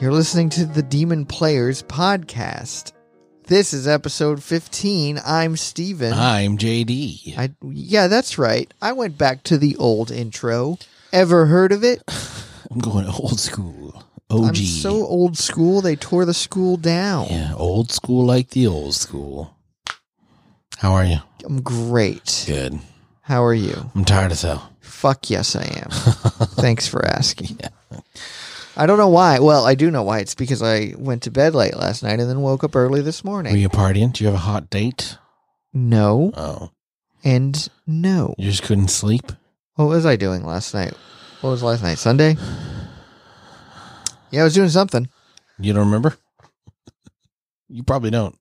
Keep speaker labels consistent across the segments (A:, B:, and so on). A: You're listening to the Demon Players podcast. This is episode 15. I'm Steven.
B: I'm JD.
A: I, yeah, that's right. I went back to the old intro. Ever heard of it?
B: I'm going old school. OG.
A: I'm so old school, they tore the school down.
B: Oh, yeah, old school like the old school. How are you?
A: I'm great.
B: Good.
A: How are you?
B: I'm tired as hell.
A: Fuck yes, I am. Thanks for asking. I don't know why. Well, I do know why. It's because I went to bed late last night and then woke up early this
B: Were
A: morning.
B: you partying? Do you have a hot date?
A: No
B: Oh,
A: and no.
B: you just couldn't sleep?
A: What was I doing last night? What was last night? Sunday? Yeah, I was doing something.
B: You don't remember? You probably don't.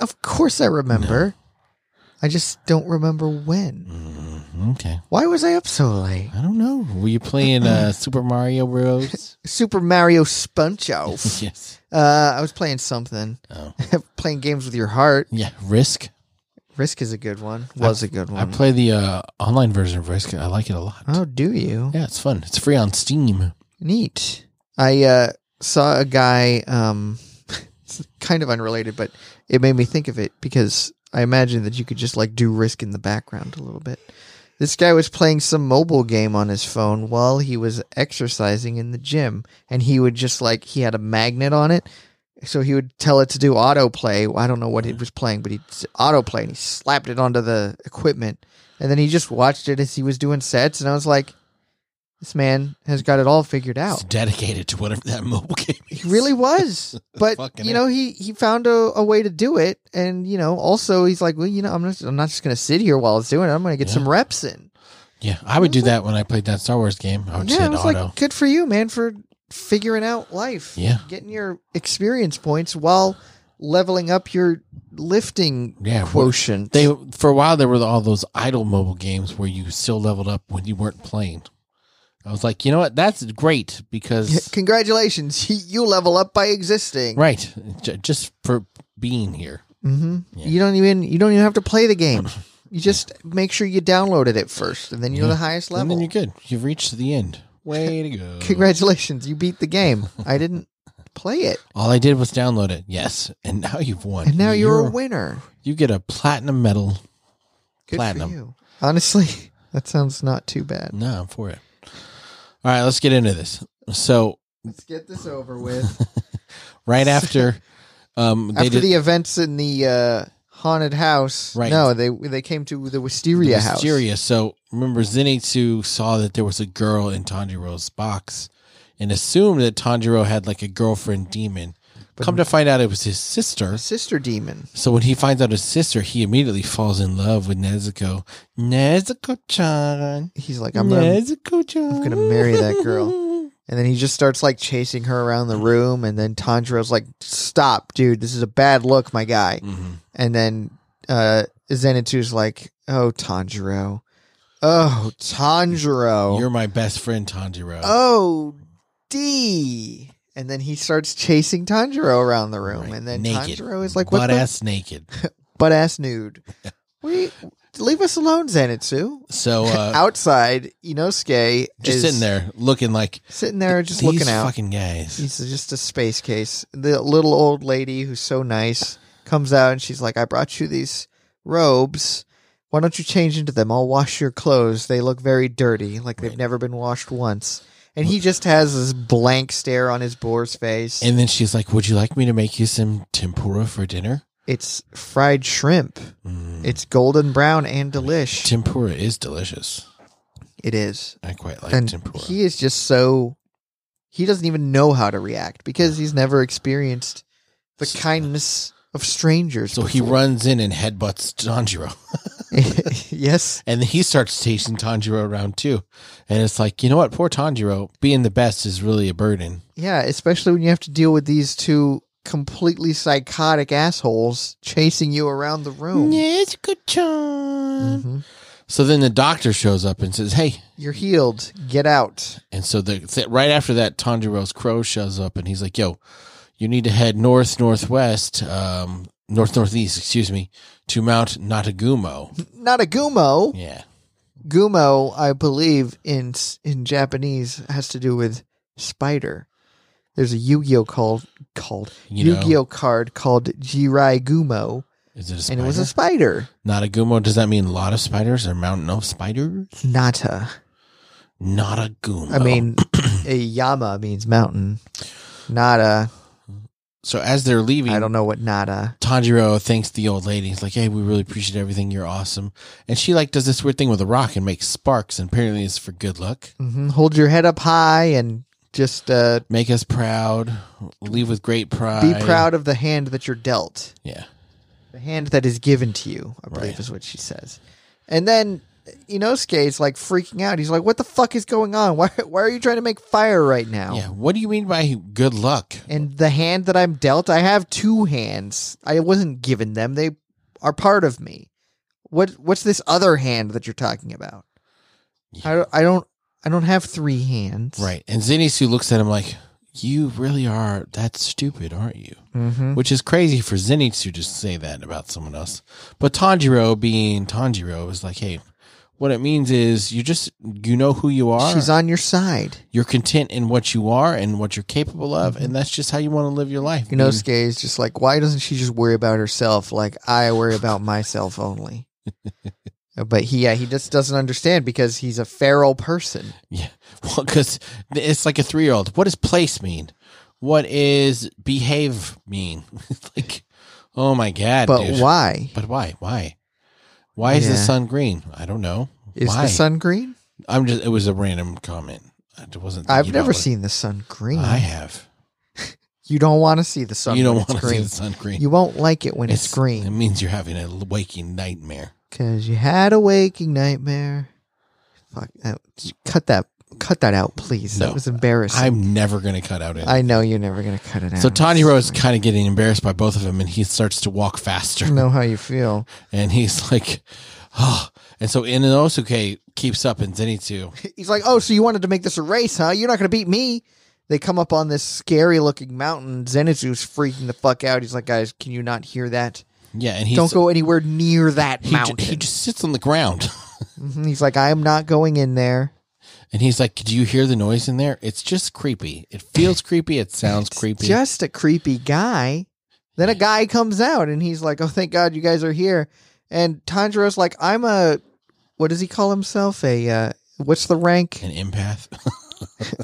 A: Of course I remember. I just don't remember when.
B: Mm, okay.
A: Why was I up so late?
B: I don't know. Were you playing uh, Super Mario Bros?
A: Super Mario Sponge Off.
B: yes.
A: uh, I was playing something.
B: Oh.
A: playing games with your heart.
B: Yeah, Risk.
A: Risk is a good one. Was a good
B: I
A: one.
B: play the uh, online version of Risk. I like it a lot.
A: oh, do you?
B: Yeah, it's fun. It's free on Steam.
A: Neat. I uh, saw a guy, um, it's kind of unrelated, but it made me think of it because I imagine that you could just like do risk in the background a little bit. This guy was playing some mobile game on his phone while he was exercising in the gym, and he would just like, he had a magnet on it. So he would tell it to do autoplay. I don't know what it was playing, but he autoplay and he slapped it onto the equipment. And then he just watched it as he was doing sets. And I was like, this man has got it all figured out.
B: It's dedicated to whatever that mobile game is.
A: He really was. But
B: Fucking
A: you know, he he found a, a way to do it, and you know, also he's like, well, you know, I'm not I'm not just gonna sit here while it's doing it. I'm gonna get
B: Yeah.
A: some reps in.
B: Yeah, I would do that when I played that Star Wars game. Oh, I would just
A: yeah, I
B: hit
A: was
B: auto.
A: like, good for you, man, for figuring out life.
B: Yeah.
A: getting your experience points while leveling up your lifting
B: Yeah, what-
A: quotient.
B: they for a while there were all those idle mobile games where you still leveled up when you weren't playing. I was like, you know what? That's great because
A: Congratulations, you level up by existing.
B: right, j- just for being here.
A: hmm
B: Yeah.
A: You don't even you don't even have to play the game. You just make sure you downloaded it first, and then you're
B: Yeah.
A: the highest
B: And
A: level.
B: then you're good. You've reached the end. Way to go!
A: Congratulations, you beat the game. I didn't play it.
B: All I did was download it. Yes, and now you've won.
A: And now you're, a winner.
B: You get a platinum medal.
A: Good
B: Platinum.
A: for you. Honestly, that sounds not too bad.
B: No, I'm for it. All right, let's get into this. So
A: Let's get this over with.
B: right after, um, they
A: After
B: did
A: the events in the uh, haunted house.
B: Right.
A: No, they they came to the Wisteria,
B: the
A: house.
B: Wisteria. So remember, Zenitsu saw that there was a girl in Tanjiro's box and assumed that Tanjiro had like a girlfriend demon. Come to find out it was his sister.
A: Sister demon.
B: So when he finds out his sister, he immediately falls in love with Nezuko. Nezuko chan.
A: He's like, I'm gonna,
B: Nezuko chan.
A: I'm gonna marry that girl. and then he just starts like chasing her around the room, and then Tanjiro's like, "Stop, dude! This is a bad look, my guy."
B: hmm
A: And then uh Zenitsu's like, "Oh, Tanjiro. Oh, Tanjiro.
B: You're my best friend, Tanjiro.
A: oh, D." And then he starts chasing Tanjiro around the room,
B: Right.
A: and then
B: Naked.
A: Tanjiro is like, "What
B: butt
A: the
B: ass naked.
A: butt ass nude? we leave us alone, Zenitsu."
B: So uh,
A: Outside, Inosuke
B: just
A: is
B: sitting there looking like
A: sitting there, just
B: these
A: looking out.
B: fucking guys.
A: He's just a space case. The little old lady who's so nice comes out and she's like, I brought you these robes. Why don't you change into them? I'll wash your clothes. They look very dirty, like they've
B: Right.
A: never been washed once. And he just has this blank stare on his boar's face.
B: And then she's like, "Would you like me to make you some tempura for dinner?"
A: it's fried shrimp.
B: Mm.
A: It's golden brown and delish.
B: Tempura is delicious.
A: It is.
B: I quite like
A: And
B: tempura.
A: he is just so. He doesn't even know how to react because he's never experienced the
B: So-
A: kindness of strangers.
B: so he
A: before.
B: runs in and headbutts Tanjiro.
A: yes.
B: And then he starts chasing Tanjiro around too. And it's like, you know what? Poor Tanjiro, being the best is really a burden.
A: Yeah, especially when you have to deal with these two completely psychotic assholes chasing you around the room. Mhm.
B: So then the doctor shows up and says, hey.
A: You're healed. Get out.
B: And so the, right after that, Tanjiro's crow shows up and he's like, yo, you need to head north, northwest, um, north, northeast, excuse me, to Mount Natagumo.
A: Not a gumo.
B: Yeah.
A: Gumo, I believe in in Japanese has to do with spider. There's a Yu-Gi-Oh called called
B: You know,
A: Yu-Gi-Oh card called Jirai Gumo,
B: is it a
A: and
B: spider?
A: it was a spider,
B: Not a gumo. Does that mean a lot of spiders or mountain of spiders?
A: Nata.
B: Not a gumo.
A: I mean, a Yama means mountain. Nata.
B: so as they're leaving,
A: I don't know what Nata.
B: Tanjiro thanks the old lady. He's like, "Hey, we really appreciate everything. You're awesome." And she like does this weird thing with a rock and makes sparks, and apparently it's for good luck.
A: hmm Hold your head up high and just uh,
B: Make us proud. Leave with great
A: be
B: pride.
A: proud of the hand that you're dealt,
B: Yeah.
A: the hand that is given to you. I believe
B: Right.
A: is what she says. And then Inosuke is like freaking out. He's like, "What the fuck is going on? Why? Why are you trying to make fire right now?"
B: Yeah. What do you mean by good luck?
A: And the hand that I'm dealt, I have two hands. I wasn't given them. They are part of me. What what's this other hand that you're talking about? I, don't- I don't I don't have three hands.
B: Right. And Zenitsu looks at him like, "You really are that stupid, aren't you?"
A: Mm-hmm.
B: Which is crazy for Zenitsu to say that about someone else. But Tanjiro, being Tanjiro, is like, "Hey, what it means is you just you know who you are.
A: She's on your side.
B: you're content in what you are and what you're capable of,
A: Mm-hmm.
B: and that's just how you want to live your life. Being-
A: Inosuke is just like, why doesn't she just worry about herself like I worry about myself only? but he yeah, he just doesn't understand because he's a feral person.
B: yeah, well, because it's like a three year old. What does place mean? What is behave mean? It's like, oh my god,
A: But
B: dude.
A: why?
B: But why? Why? Why is the
A: Yeah.
B: sun green? I don't know.
A: Is
B: why?
A: the sun green?
B: I'm just. It was a random comment. It wasn't.
A: I've
B: you know,
A: never
B: like-
A: seen the sun green.
B: I have.
A: you don't want to see the sun
B: you don't
A: when it's
B: want to see
A: green.
B: the sun green.
A: You won't like it when it's,
B: It
A: green
B: means you're having a waking nightmare.
A: because you had a waking nightmare. Fuck, that, cut that, cut that out, please.
B: No,
A: that was embarrassing.
B: I'm never going to cut out it.
A: i know you're never gonna cut it out.
B: So Tanjiro is kind of getting embarrassed by both of them, and he starts to walk faster.
A: I know how you feel.
B: And he's like, oh. And so Inosuke keeps up, and Zenitsu,
A: He's like, "Oh, so you wanted to make this a race, huh? You're not gonna beat me." They come up on this scary-looking mountain. Zenitsu's freaking the fuck out. He's like, "Guys, can you not hear that?
B: yeah, and he's,
A: Don't go anywhere near that
B: he, ju-
A: mountain."
B: he just sits on the ground,
A: Mhm. He's like, "I'm not going in there."
B: and he's like, do you hear the noise in there? It's just creepy. It feels creepy. It sounds creepy.
A: just a creepy guy. Then a guy comes out and he's like, "Oh, thank God you guys are here." And Tanjiro's like, "I'm a what does he call himself? A uh, what's the rank?
B: An empath.
A: Oh.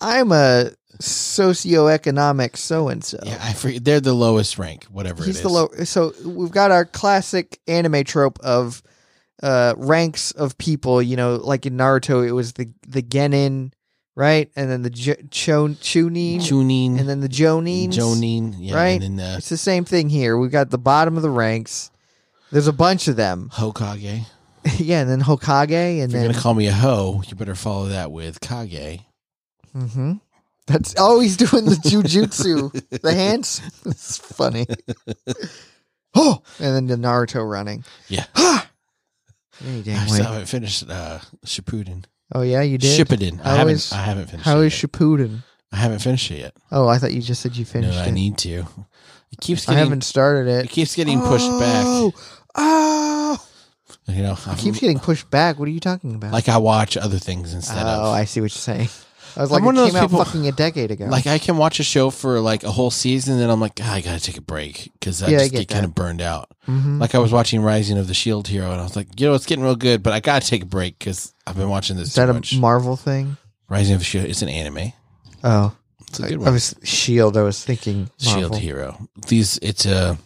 A: I'm a socioeconomic so and so."
B: yeah, I forget. They're the lowest rank, whatever it
A: He's
B: is.
A: the low. So we've got our classic anime trope of uh, ranks of people. You know, like in Naruto, it was the the Genin, right, and then the jo- Chon- Chunin,
B: Chunin.
A: and then the Jonins.
B: Jonin. Yeah,
A: right?
B: And then uh,
A: It's the same thing here. We've got the bottom of the ranks. There's a bunch of them.
B: Hokage.
A: yeah, and then Hokage, and
B: If you're
A: then
B: going to call me a hoe, you better follow that with Kage.
A: hmm that's oh, he's doing the jujutsu, the hands. It's funny. oh, and then the Naruto running.
B: Yeah.
A: Any
B: I
A: dang
B: still
A: way.
B: haven't finished uh, Shippuden.
A: Oh yeah, you did.
B: Shippuden. I
A: How
B: haven't.
A: is-
B: I haven't finished.
A: How
B: it
A: is
B: yet.
A: Shippuden?
B: I haven't finished it yet.
A: Oh, I thought you just said you finished
B: no,
A: it.
B: I need to. It keeps
A: I
B: getting.
A: haven't started
B: It
A: it.
B: keeps getting pushed
A: Oh, oh,
B: back. You know,
A: it
B: I'm-
A: keeps getting pushed back. What are you talking about?
B: like I watch other things instead
A: Oh,
B: of.
A: I see what you're saying. I was like,
B: I'm one
A: it
B: of
A: came
B: those
A: out
B: people-
A: fucking a decade ago.
B: like I can watch a show for like a whole season, then I'm like, "Ah, I gotta take a break because I
A: Yeah, I
B: just
A: get
B: get,
A: that.
B: kind of burned out.
A: Mhm.
B: Like I was watching Rising of the Shield Hero, and I was like, you know, it's getting real good, but I gotta take a break because I've been watching this
A: is
B: too
A: that a
B: much.
A: Marvel thing?
B: Rising of the Shield. It's an anime.
A: Oh,
B: It's a
A: I,
B: good
A: I
B: one.
A: was Shield. I was thinking Marvel.
B: Shield Hero. These it's a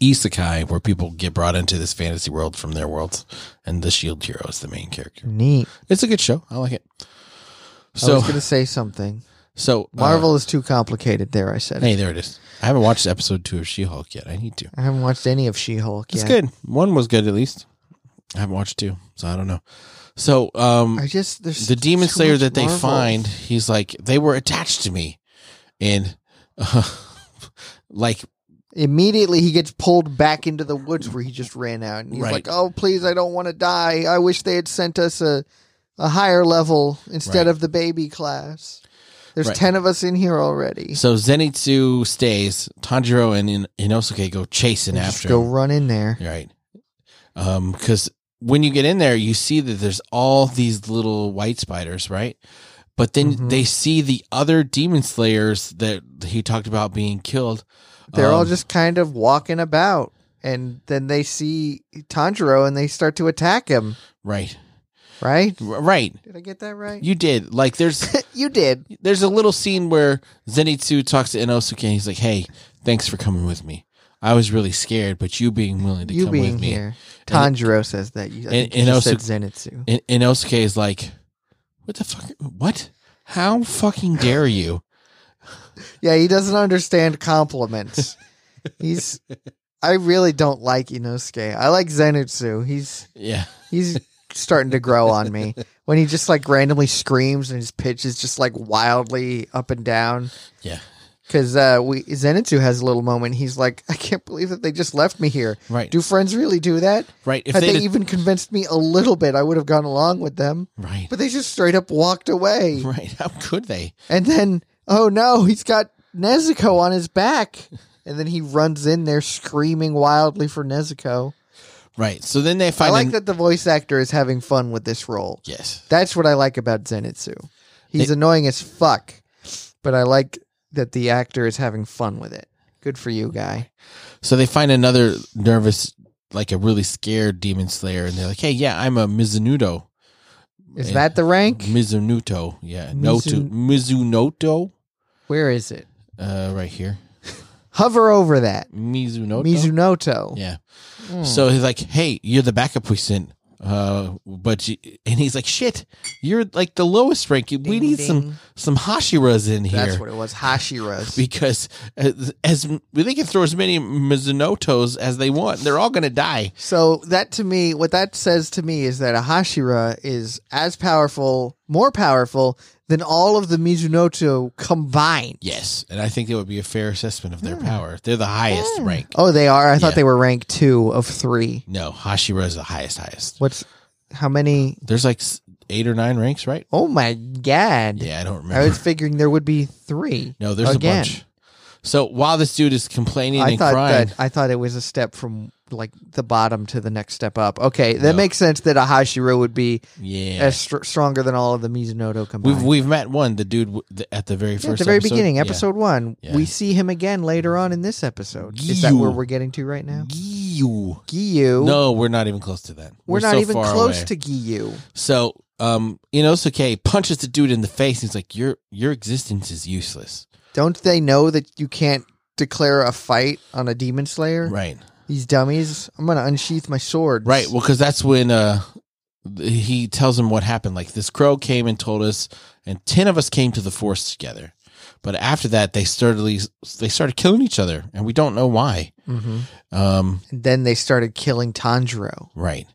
B: isekai where people get brought into this fantasy world from their worlds, and the Shield Hero is the main character.
A: Neat.
B: It's a good show. I like it.
A: I
B: So
A: was going to say something.
B: so uh,
A: Marvel is too complicated. There, I said. it.
B: hey, there it is. I haven't watched episode two of She Hulk yet. I need to.
A: I haven't watched any of She-Hulk
B: It's
A: yet.
B: good. One was good at least. I haven't watched two, so I don't know. So um,
A: I just there's
B: the demon
A: too
B: slayer
A: much
B: that they
A: Marvel.
B: find he's like they were attached to me and uh, like
A: immediately he gets pulled back into the woods where he just ran out, and he's
B: Right.
A: like, "Oh, please, I don't want to die. I wish they had sent us a a higher level instead
B: Right.
A: of the baby class." There's
B: Right.
A: ten of us in here already.
B: So Zenitsu stays. Tanjiro and In- Inosuke go chasing
A: We'll just
B: after
A: go
B: him.
A: run in there.
B: Right. Um, because when you get in there, you see that there's all these little white spiders, right? But then
A: Mhm.
B: they see the other demon slayers that he talked about being killed.
A: They're all
B: Um,
A: just kind of walking about, and then they see Tanjiro and they start to attack him.
B: right,
A: Right?
B: R- right.
A: Did I get that right?
B: You did like there's
A: you did.
B: there's a little scene where Zenitsu talks to Inosuke and he's like, "Hey, thanks for coming with me. I was really scared, but you being willing to
A: You
B: come
A: being
B: with me."
A: here. Tanjiro says that. You, I
B: and-
A: think you
B: and
A: just
B: also-
A: said Zenitsu.
B: And Inosuke is like, "What the fuck? What? How fucking dare you?"
A: Yeah, he doesn't understand compliments. he's. I really don't like Inosuke. I like Zenitsu. He's
B: Yeah.
A: he's starting to grow on me when he just like randomly screams and his pitch is just like wildly up and down.
B: Yeah.
A: Because uh, we Zenitsu has a little moment. He's like, I can't believe that they just left me here.
B: Right.
A: Do friends really do that?
B: right. If
A: Had
B: they
A: they,
B: did-
A: even convinced me a little bit, I would have gone along with them.
B: right.
A: But they just straight up walked away.
B: Right. How could they?
A: And then, oh no, he's got Nezuko on his back. And then he runs in there screaming wildly for Nezuko.
B: Right. So then they
A: I
B: find
A: like
B: an-
A: that the voice actor is having fun with this role.
B: Yes.
A: That's what I like about Zenitsu. He's annoying as fuck, but I like that the actor is having fun with it. Good for you, guy.
B: So they find another nervous, like a really scared demon slayer, and they're like, "Hey, yeah, I'm a Mizunudo.
A: Is
B: Yeah.
A: that the rank?
B: Mizunuto. Yeah. No to
A: Mizu-
B: Mizunoto.
A: Where is it?
B: Uh, right here.
A: Hover over that.
B: Mizunoto.
A: Mizunoto.
B: Yeah.
A: Mm.
B: So he's like, "Hey, you're the backup we sent." Uh, but you, and he's like, "Shit, you're like the lowest rank. We
A: Ding,
B: need
A: ding.
B: some some Hashiras in here."
A: That's what it was. Hashiras.
B: because as, as they can throw as many Mizunotos as they want, they're all going to die.
A: So that to me, what that says to me is that a Hashira is as powerful, more powerful than all of the Mizunoto combined.
B: Yes, and I think that would be a fair assessment of their
A: Hmm.
B: power. They're the highest rank.
A: Oh, they are. I thought
B: Yeah.
A: they were rank two of three.
B: No, Hashira is the highest, highest.
A: What's how many?
B: There's like s- eight or nine ranks, right?
A: Oh my god!
B: Yeah, I don't remember.
A: I was figuring there would be three.
B: no, there's
A: again.
B: a bunch. So while this dude is complaining
A: I
B: and
A: thought
B: crying,
A: that I thought it was a step from like the bottom to the next step up. Okay, that
B: No.
A: makes sense that a Hashira would be
B: yeah,
A: as str- stronger than all of the Mizunoto combined.
B: we've we've met one, the dude w- the, at the very
A: Yeah, at
B: first,
A: the very
B: episode.
A: beginning,
B: Yeah.
A: episode one.
B: Yeah.
A: We see him again later on in this episode. Is that where
B: Gyu.
A: we're getting to right now?
B: Gyu.
A: Gyu.
B: No, we're not even close to that.
A: we're, not
B: so
A: even
B: far
A: close
B: away.
A: to Gyu.
B: So, um, Inosuke punches the dude in the face. And he's like, "Your your existence is useless."
A: Don't they know that you can't declare a fight on a demon slayer?
B: Right.
A: These dummies. I'm gonna unsheath my sword.
B: Right. Well, because that's when uh, th- he tells him what happened. Like this crow came and told us, and ten of us came to the forest together. But after that, they started they started killing each other, and we don't know why.
A: hmm
B: Um,
A: And then they started killing Tanjiro,
B: right,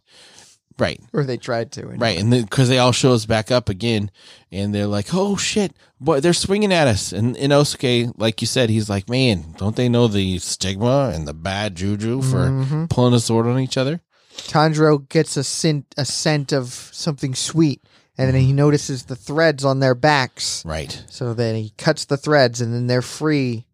B: right,
A: or they tried to. and-
B: right, and because they all show us back up again, and they're like, "Oh shit, boy, they're swinging at us!" And Inosuke, like you said, he's like, "Man, don't they know the stigma and the bad juju for
A: Mhm.
B: pulling a sword on each other?"
A: Tanjiro gets a scent, a scent of something sweet, and then he notices the threads on their backs.
B: Right.
A: So then he cuts the threads, and then they're free.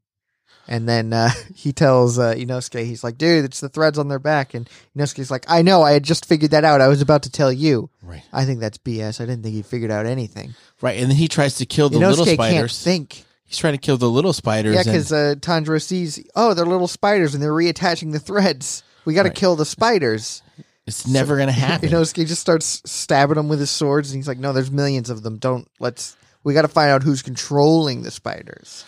A: And then uh, he tells uh, Inosuke, he's like, "Dude, it's the threads on their back." And Inosuke's like, "I know. I had just figured that out. I was about to tell you.
B: Right,
A: I think that's BS. I didn't think he figured out anything."
B: right, and then he tries to kill the little
A: Inosuke can't
B: spiders.
A: think.
B: He's trying to kill the little spiders.
A: Yeah,
B: and-
A: because uh, Tanjiro sees, oh, they're little spiders, and they're reattaching the threads. We got to
B: Right.
A: kill the spiders.
B: it's never going to happen.
A: Inosuke just starts stabbing them with his swords, and he's like, "No, there's millions of them. Don't let's. We got to find out who's controlling the spiders.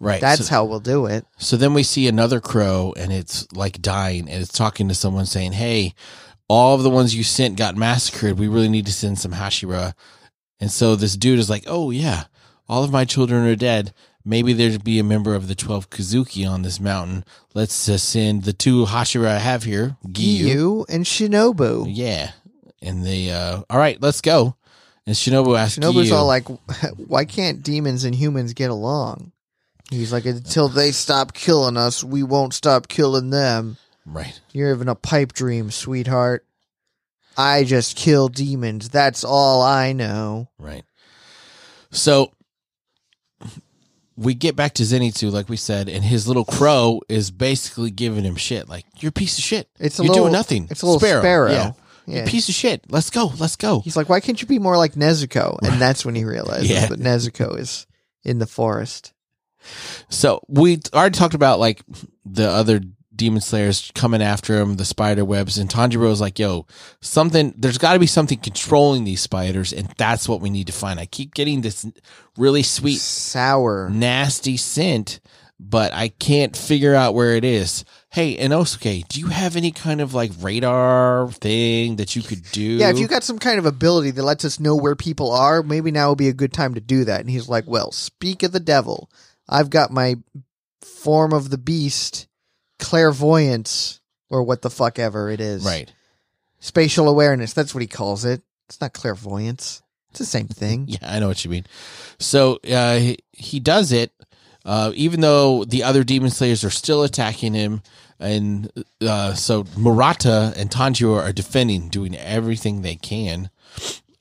B: right.
A: That's
B: so,
A: how we'll do it."
B: so then we see another crow and it's like dying and it's talking to someone saying, Hey, all of the ones you sent got massacred. We really need to send some Hashira. And so this dude is like, Oh, yeah, all of my children are dead. Maybe there'd be a member of the 12 Kazuki on this mountain. Let's uh, send the two Hashira I have here, Giyu.
A: Gyu and Shinobu.
B: Yeah. And they, uh, all right, let's go. And Shinobu asks
A: Shinobu's
B: Giyu-
A: all like, "Why can't demons and humans get along?" He's like, "Until they stop killing us, we won't stop killing them."
B: Right.
A: You're having a pipe dream, sweetheart. I just kill demons. That's all I know.
B: Right. So we get back to Zenitsu, like we said, and his little crow is basically giving him shit. Like, you're a piece of shit.
A: It's a
B: you're
A: little-
B: doing nothing.
A: It's a little sparrow.
B: Yeah.
A: Yeah.
B: You piece of shit. Let's go. Let's go.
A: He's like, why can't you be more like Nezuko? And that's when he realizes
B: Yeah.
A: that Nezuko is in the forest.
B: So we already talked about like the other demon slayers coming after him, the spider webs, and Tanjiro is like, "Yo, something. There's got to be something controlling these spiders, and that's what we need to find." I keep getting this really sweet,
A: Sour.
B: Mm. nasty scent, but I can't figure out where it is. Hey, Inosuke, do you have any kind of like radar thing that you could do?
A: Yeah, if you got some kind of ability that lets us know where people are, maybe now would be a good time to do that. And he's like, Well, speak of the devil. I've got my form of the beast, clairvoyance, or what the fuck ever it is.
B: right.
A: Spatial awareness, that's what he calls it. It's not clairvoyance. It's the same thing.
B: Yeah, I know what you mean. So uh, he, he does it, uh, even though the other demon slayers are still attacking him, and uh, so Murata and Tanjiro are defending, doing everything they can,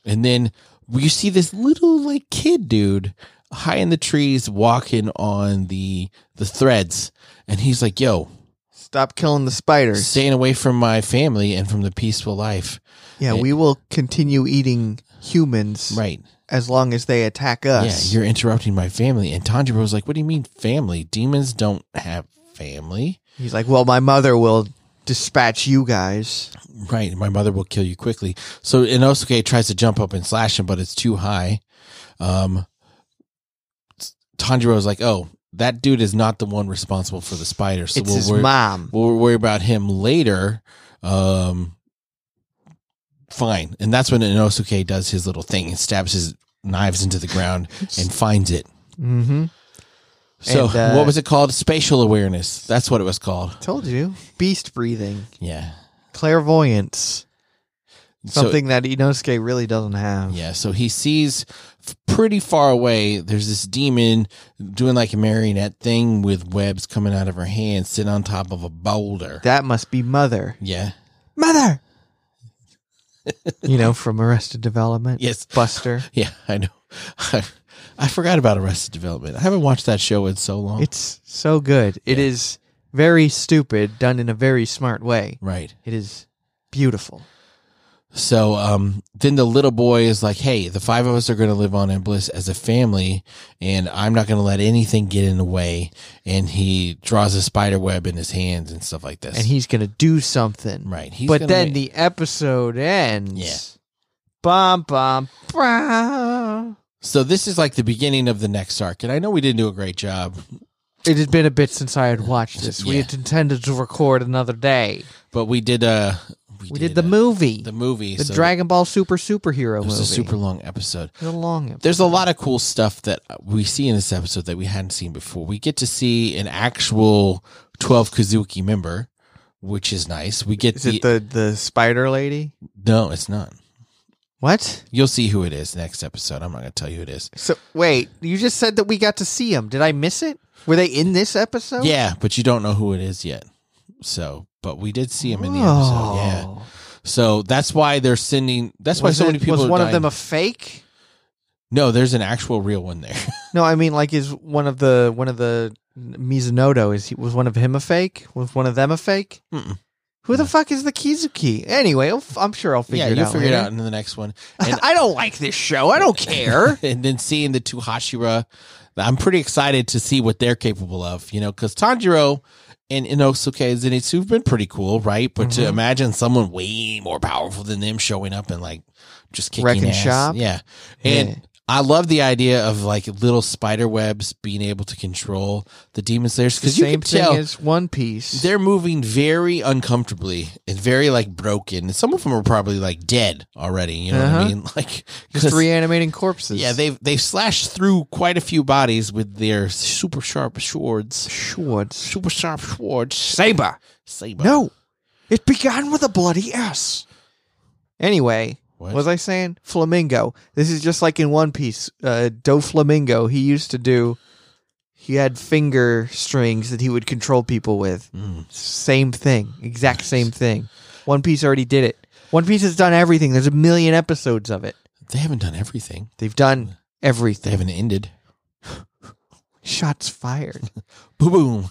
B: and then you see this little like kid dude high in the trees walking on the the threads, and he's like, "Yo,
A: Stop killing the spiders.
B: staying away from my family and from the peaceful life."
A: yeah, we will continue eating humans
B: Right.
A: as long as they attack us.
B: Yeah, you're interrupting my family. And Tanjiro was like, What do you mean family? Demons don't have family.
A: he's like, Well, my mother will dispatch you guys.
B: Right. My mother will kill you quickly. So Inosuke tries to jump up and slash him, but it's too high. Um, Tanjiro is like, Oh, that dude is not the one responsible for the spider. So
A: it's
B: we'll,
A: his
B: worry,
A: mom.
B: we'll worry about him later. Um, fine. And that's when Inosuke does his little thing and stabs his knives into the ground and finds it.
A: mm-hmm.
B: So
A: And, uh,
B: what was it called? Spatial awareness. That's what it was called.
A: Told you. Beast breathing.
B: Yeah.
A: Clairvoyance.
B: So-
A: Something that Inosuke really doesn't have.
B: yeah. So he sees f- pretty far away. There's this demon doing like a marionette thing with webs coming out of her hand, sitting on top of a boulder.
A: That must be Mother.
B: yeah.
A: Mother! you know, from Arrested Development.
B: Yes.
A: Buster.
B: Yeah. I know. I forgot about Arrested Development. I haven't watched that show in so long.
A: It's so good. It
B: Yeah.
A: is very stupid, done in a very smart way.
B: right.
A: It is beautiful.
B: So um, then the little boy is like, "Hey, the five of us are going to live on in bliss as a family, and I'm not going to let anything get in the way." And he draws a spider web in his hands and stuff like this.
A: And he's going to do something.
B: right, he's
A: but
B: gonna
A: then
B: ma-
A: the episode ends.
B: Yeah.
A: Bum, bum, brah.
B: so this is like the beginning of the next arc, and I know we didn't do a great job,
A: It had been a bit since I had watched this. We
B: Yeah.
A: had intended to record another day.
B: but we did uh
A: We did the movie, the,
B: the movie, so
A: Dragon Ball Super superhero
B: It
A: movie.
B: was a super long episode.
A: It was a long episode.
B: There's a lot of cool stuff that we see in this episode that we hadn't seen before. We get to see an actual 12 Kazuki member, which is nice. We get
A: Is it the the spider lady?
B: No, it's not.
A: What?
B: You'll see who it is next episode. I'm not going to tell you who it is.
A: So wait, you just said that we got to see him. Did I miss it? Were they in this episode?
B: Yeah, but you don't know who it is yet. So, but we did see him in the
A: Oh.
B: episode. Yeah. So that's why they're sending. That's why
A: was
B: so many
A: it-
B: people.
A: was
B: are
A: one of
B: dying.
A: them a fake?
B: no, there's an actual real one there.
A: No, I mean like is one of the one of the Mizunodo is he was one of him a fake? Was one of them a fake?
B: Mm-mm.
A: Who the fuck is the Kizuki? Anyway, I'll f- I'm sure I'll figure
B: yeah,
A: it
B: you'll
A: out.
B: figure it
A: later.
B: out in the next one. And
A: I don't like this show. I don't care.
B: and then seeing the two Hashira, I'm pretty excited to see what they're capable of, you know, because Tanjiro and Inosuke Zenitsu have been pretty cool, right? But to
A: Mhm.
B: imagine someone way more powerful than them showing up and like just kicking
A: Wrecking
B: ass.
A: shop?
B: Yeah. And
A: Yeah.
B: I love the idea of like little spider webs being able to control the demon slayers because you
A: same
B: can
A: thing
B: tell
A: as One Piece.
B: they're moving very uncomfortably and very like broken. And some of them are probably like dead already. You know what
A: Uh-huh.
B: I mean? Like
A: Just
B: 'cause-
A: reanimating corpses.
B: yeah, they've they've slashed through quite a few bodies with their super sharp swords.
A: Schwartz.
B: Super sharp swords.
A: Saber.
B: Saber.
A: No, it began with a bloody S. Anyway,
B: What?
A: was I saying flamingo? This is just like in One Piece. Uh, Do flamingo. He used to do. He had finger strings that he would control people with.
B: Mm.
A: Same thing. Exact same thing. One Piece already did it. One Piece has done everything. There's a million episodes of it.
B: They haven't done everything.
A: They've
B: Hmm.
A: done
B: They
A: everything.
B: haven't ended.
A: Shots fired.
B: Boom boom.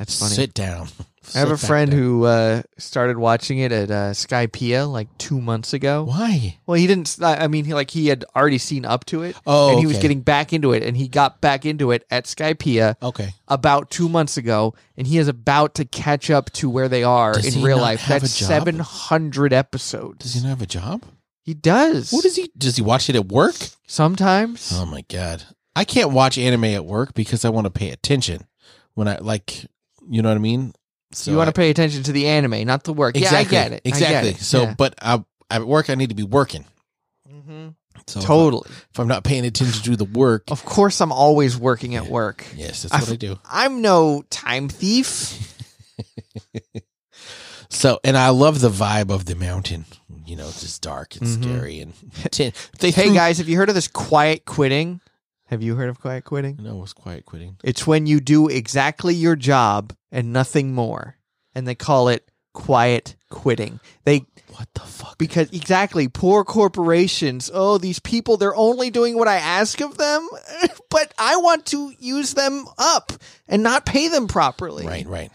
A: That's funny.
B: Sit down.
A: I have a
B: Suck that
A: friend
B: dick.
A: who uh, started watching it at uh, Skypea like two months ago.
B: Why?
A: Well, he didn't. I I mean, he like he had already seen up to it,
B: Oh,
A: and he was
B: okay.
A: getting back into it, and he got back into it at Skypea
B: Okay.
A: about two months ago, and he is about to catch up to where they are
B: Does
A: in
B: he
A: real
B: not
A: life.
B: have
A: That's
B: a job?
A: seven hundred episodes.
B: Does he not have a job?
A: He does.
B: What is he? Does he watch it at work?
A: sometimes?
B: Oh my god! I can't watch anime at work because I want to pay attention when I like. You know what I mean? So
A: you want
B: I-
A: to pay attention to the anime, not the work.
B: Exactly.
A: Yeah, I get it. I get
B: Exactly.
A: it.
B: So,
A: Yeah.
B: but I, at work, I need to be working.
A: Mhm.
B: So if I-
A: totally.
B: If I'm not paying attention to the work,
A: Of course, I'm always working at
B: Yeah.
A: work.
B: yes, that's
A: I
B: what Oh. I
A: f-
B: do.
A: I'm no time thief.
B: So, and I love the vibe of the mountain. You know, it's just dark and
A: Mhm.
B: scary and tin. They
A: hey
B: threw-
A: guys, have you heard of this quiet quitting? Have you heard of quiet quitting?
B: No, it was quiet quitting.
A: It's when you do exactly your job and nothing more. And they call it quiet quitting. They
B: What the fuck?
A: because exactly poor corporations, oh these people they're only doing what I ask of them, but I want to use them up and not pay them properly.
B: right, right.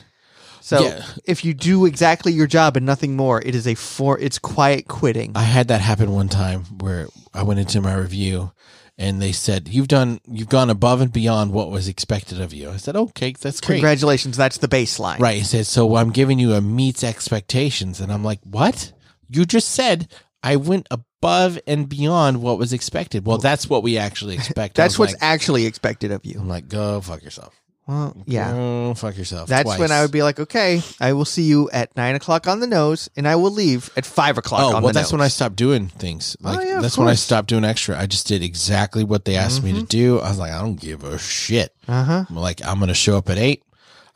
A: So
B: Yeah.
A: if you do exactly your job and nothing more, it is a for it's quiet quitting.
B: I had that happen one time where I went into my review and they said, You've done, you've gone above and beyond what was expected of you. I said, Okay, that's great.
A: Congratulations, that's the baseline.
B: Right. He said, So I'm giving you a meets expectations. And I'm like, What? You just said I went above and beyond what was expected. Well, that's what we actually expect. I
A: That's
B: was
A: what's
B: like,
A: actually expected of you.
B: I'm like, Go fuck yourself.
A: Well, yeah.
B: Go fuck yourself.
A: That's when I
B: twice.
A: would be like, okay, I will see you at nine o'clock on the nose, and I will leave at five o'clock.
B: Oh
A: on
B: well,
A: the
B: that's
A: nose.
B: when I stopped doing things. Like
A: yeah, of
B: that's when I
A: course. Mm-hmm.
B: stopped doing extra. I just did exactly what they asked me to do. I was like, I don't give a shit.
A: Uh huh.
B: I'm like, I'm gonna show up at eight.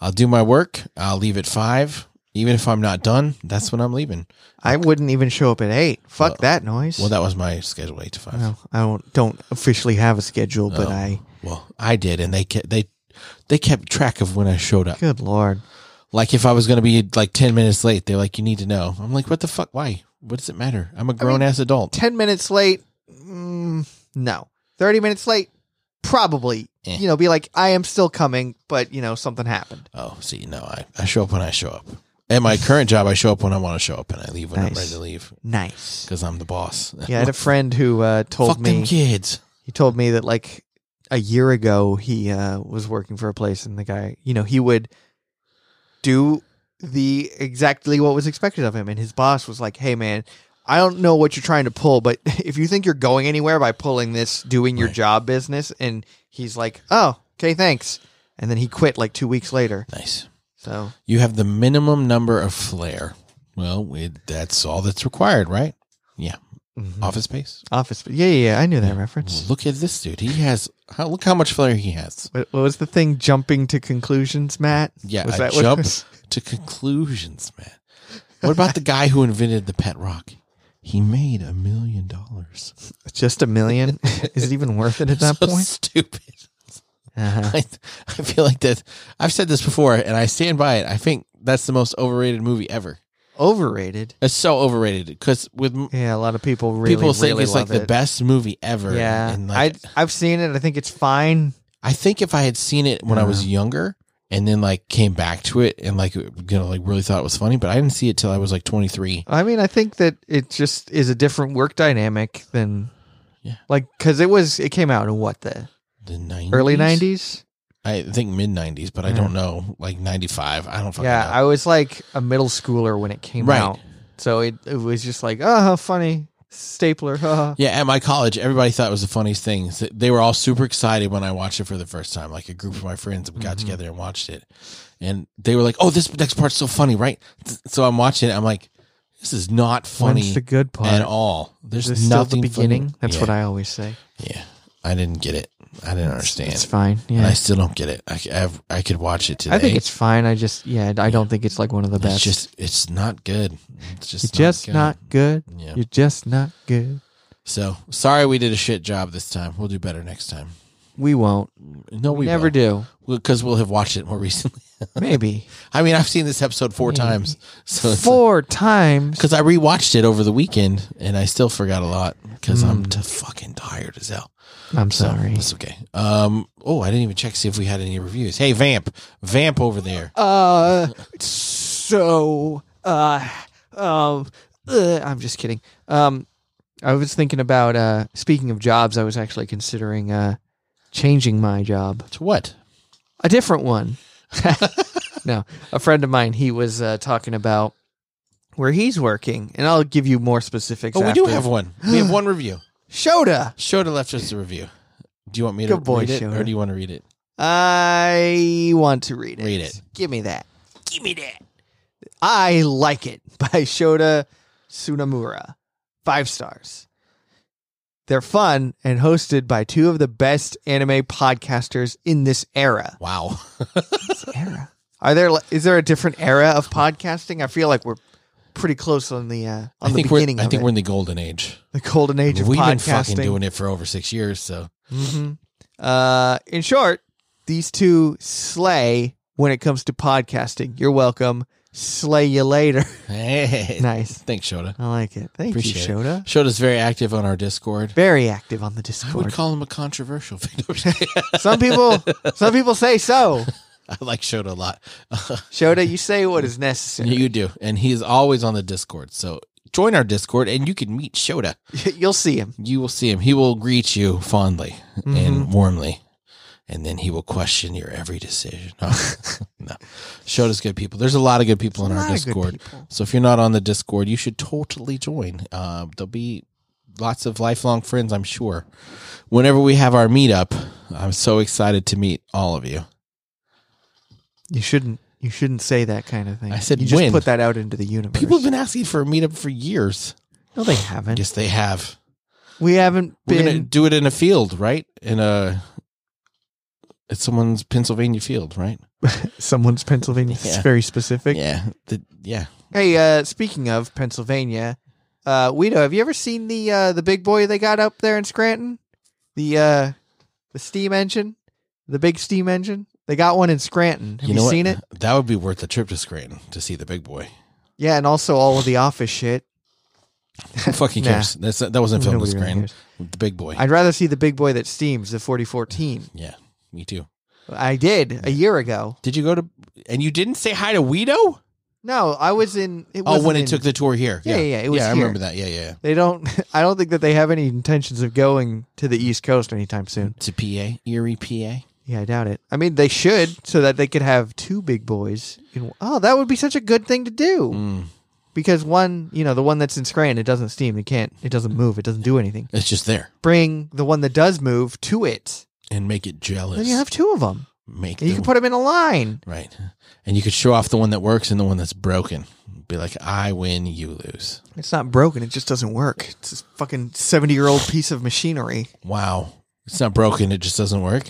B: I'll do my work. I'll leave at five. Even if I'm not done, that's when I'm leaving.
A: I wouldn't even show up at eight. Fuck that noise.
B: Well, that was my schedule, eight to five.
A: No, I don't don't officially have a schedule, but
B: Oh.
A: I.
B: Well, I did, and they kept they they kept track of when I showed up.
A: Good lord.
B: Like if I was gonna be like ten minutes late, they're like, you need to know. I'm like, what the fuck? Why? What does it matter? I'm a grown ass adult.
A: Ten minutes late. Mm, no. Thirty minutes late. Probably.
B: Eh.
A: You know, be like, I am still coming, but you know, something happened.
B: Oh, see, no, I, I show up when I show up. At my current job, I show up when I want to show up, and I leave when I'm
A: Nice.
B: ready to leave
A: Nice.
B: because I'm the boss.
A: Yeah, I had a friend who uh, told
B: fuck
A: me.
B: them kids.
A: he told me that like a year ago he uh, was working for a place and the guy you know he would do the exactly what was expected of him and his boss was like hey man i don't know what you're trying to pull but if you think you're going anywhere by pulling this doing your
B: Right.
A: job business and he's like oh okay thanks and then he quit like two weeks later
B: Nice.
A: so
B: You have the minimum number of flair. Well, it, that's all that's required, right? Yeah.
A: mhm.
B: Office space.
A: office yeah yeah yeah i knew that reference
B: Look at this dude. He has. How, look how much flair he has.
A: what, what was the thing jumping to conclusions matt
B: Mm-hmm. Yeah,
A: was
B: I
A: it
B: jump
A: was?
B: to conclusions, man. What about the guy who invented the pet rock? He made a million dollars.
A: just a million is it even worth it at that
B: so
A: point
B: stupid.
A: Uh-huh.
B: I, I feel like that. I've said this before, and I stand by it. I think that's the most overrated movie ever.
A: Overrated.
B: It's so overrated because with m
A: Yeah, a lot of people really
B: people think
A: really
B: it's like
A: love
B: the
A: it.
B: best movie ever.
A: Yeah,
B: and like,
A: I I've seen it. I think it's fine.
B: I think if I had seen it when I was
A: Uh-huh.
B: younger and then like came back to it and like you know like really thought it was funny, but I didn't see it till I was like twenty three.
A: I mean, I think that it just is a different work dynamic than,
B: Yeah.
A: like because it was it came out in what the
B: The 90s?
A: early nineties.
B: I think mid nineties, but I
A: Yeah.
B: don't know. Like ninety five. I don't fucking
A: Mm. Yeah,
B: know.
A: I was like a middle schooler when it came
B: Right.
A: out, so it it was just like oh funny stapler. haha.
B: Yeah, at my college, everybody thought it was the funniest thing. Is that They were all super excited when I watched it for the first time. Like a group of my friends, we got
A: Mm-hmm.
B: together and watched it, and they were like, "Oh, this next part's so funny, right?" Th- So I'm watching it. I'm like, "This is not funny
A: When's the good part?
B: at all. There's
A: Is this still the
B: nothing funny."
A: beginning? That's
B: yeah,
A: what I always say.
B: Yeah, I didn't get it. I didn't understand,
A: It's fine.
B: and I
A: Yeah,
B: still don't get it. I, c- I've- I could watch it today.
A: I think it's fine. I just yeah, I don't think it's like one of the
B: It's
A: best.
B: just it's not good. It's just
A: You're just
B: good.
A: not good.
B: Yeah.
A: You're just not good.
B: So sorry, we did a shit job this time. We'll do better next time.
A: We won't.
B: No, we
A: Never do.
B: will. because we'll have watched it more recently.
A: Maybe
B: I mean, I've seen this episode four
A: Maybe.
B: times. So it's
A: four times.
B: because I rewatched it over the weekend and I still forgot a lot because I'm t- fucking tired as hell.
A: I'm
B: So
A: Mm. sorry.
B: that's okay. Um. Oh, I didn't even check to see if we had any reviews. Hey, vamp, vamp over there.
A: Uh, so uh, um, uh, I'm just kidding. Um, I was thinking about uh, speaking of jobs. I was actually considering uh, changing my job,
B: To what?
A: a different one. no, a friend of mine. He was uh, talking about where he's working, and I'll give you more specifics.
B: Oh, we do
A: after.
B: have one. We have one review.
A: Shoda.
B: Shoda left us a review. Do you want me to
A: Good boy,
B: read it,
A: Shoda.
B: or do you want to read it?
A: I want to read it.
B: Read it.
A: Give me that. Give me that. I like it by Shota Sunamura. Five stars. They're fun and hosted by two of the best anime podcasters in this era.
B: Wow.
A: era. Are there is there a different era of podcasting? I feel like we're pretty close on the uh, on
B: I
A: the
B: think we're.
A: beginning
B: I
A: of
B: think
A: it.
B: we're in the golden age.
A: the golden age of
B: We've been
A: podcasting.
B: fucking doing it for over six years. So
A: hmm Uh, in short, these two slay when it comes to podcasting. You're welcome. Slay you later.
B: hey,
A: nice.
B: thanks, Shoda.
A: I like it. Thank
B: Appreciate it.
A: you, Shoda.
B: Shoda's very active on our Discord.
A: Very active on the
B: I would
A: Discord.
B: call him a controversial. figure.
A: some people, some people say so.
B: I like Shoda a lot.
A: Shoda, you say what is necessary.
B: You do. And he's always on the Discord. So join our Discord and you can meet Shoda.
A: You'll see him.
B: You will see him. He will greet you fondly
A: Mm-hmm.
B: and warmly. And then he will question your every decision. No. no. Shoda's good people. There's a lot of good people in
A: A
B: our
A: lot of good
B: Discord.
A: people.
B: So if you're not on the Discord, you should totally join. Uh, there'll be lots of lifelong friends, I'm sure. Whenever we have our meetup, I'm so excited to meet all of you.
A: You shouldn't. You shouldn't say that kind of thing.
B: I said
A: you just
B: when.
A: put that out into the universe.
B: People have been asking for a meetup for years.
A: no, they haven't.
B: Yes, they have.
A: we haven't
B: We're gonna
A: been.
B: do it in a field, right? In a at someone's Pennsylvania field, right?
A: Someone's Pennsylvania. It's
B: Yeah.
A: very specific.
B: yeah, The- yeah.
A: Hey, uh, speaking of Pennsylvania, uh, Guido, have you ever seen the uh, the big boy they got up there in Scranton? The uh, the steam engine, the big steam engine. They got one in Scranton. Have you,
B: what?
A: seen it?
B: That would be worth the trip to Scranton to see the big boy.
A: Yeah, and also all of the office shit.
B: Who fucking
A: Nah.
B: cares? That's that wasn't filmed in
A: Nobody really
B: Scranton.
A: cares.
B: The big boy.
A: I'd rather see the big boy that steams, the forty fourteen.
B: yeah, me too.
A: I did a year ago.
B: Did you go to? And you didn't say hi to Weedo?
A: No, I was in. It
B: Oh, when
A: wasn't
B: it
A: in-
B: took the tour here.
A: Yeah, yeah, yeah, it was
B: yeah. I
A: here.
B: remember that. Yeah, yeah. yeah.
A: They don't. I don't think that they have any intentions of going to the East Coast anytime soon.
B: To PA, Erie, PA.
A: Yeah, I doubt it. I mean, they should so that they could have two big boys. In, oh, that would be such a good thing to do
B: Mm.
A: because one, you know, the one that's in Scranton, it doesn't steam, it can't, it doesn't move, it doesn't do anything.
B: It's just there
A: Bring the one that does move to it,
B: and make it jealous.
A: then you have two of them.
B: make
A: And you
B: the-
A: can put them in a line.
B: Right. And you could show off the one that works and the one that's broken. Be like, I win, you lose.
A: It's not broken; it just doesn't work. It's a fucking seventy-year-old piece of machinery.
B: Wow. It's not broken. It just doesn't work.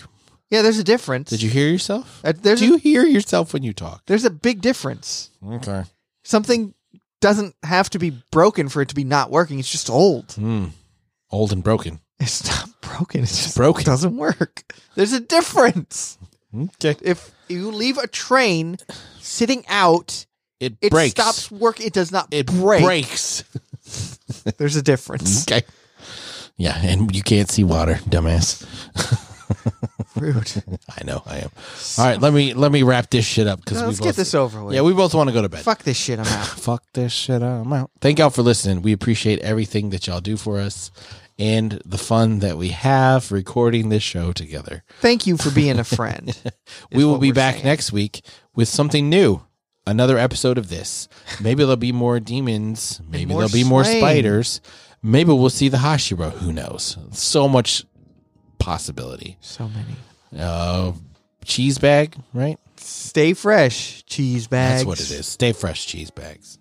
A: Yeah, there's a difference.
B: Did you hear yourself?
A: Uh, there's
B: Do
A: a,
B: you hear yourself when you talk?
A: there's a big difference.
B: Okay.
A: Something doesn't have to be broken for it to be not working. It's just old.
B: Hmm. Old and broken.
A: It's not broken. It's just
B: broken.
A: Doesn't work. There's a difference.
B: Okay.
A: If you leave a train sitting out,
B: It,
A: it
B: breaks.
A: stops working. It does not
B: It
A: break.
B: breaks.
A: There's a difference.
B: Okay. Yeah. And you can't see water, dumbass.
A: Rude.
B: I know I am. All right. Let me let me wrap this shit up because
A: No,
B: we
A: let's
B: both,
A: get this over with.
B: Yeah, we both want to go to bed.
A: Fuck this shit. I'm out.
B: fuck this shit I'm out. Thank y'all for listening. We appreciate everything that y'all do for us and the fun that we have recording this show together.
A: Thank you for being a friend.
B: we
A: Is
B: will
A: what
B: be
A: we're
B: back
A: saying.
B: next week with something new. Another episode of this. Maybe there'll be more demons. Maybe
A: more
B: there'll be more
A: slaying.
B: spiders. Maybe we'll see the Hashira. Who knows? So much possibility.
A: So many.
B: Uh, cheese bag, right?
A: Stay fresh, cheese bags.
B: That's what it is. Stay fresh, cheese bags.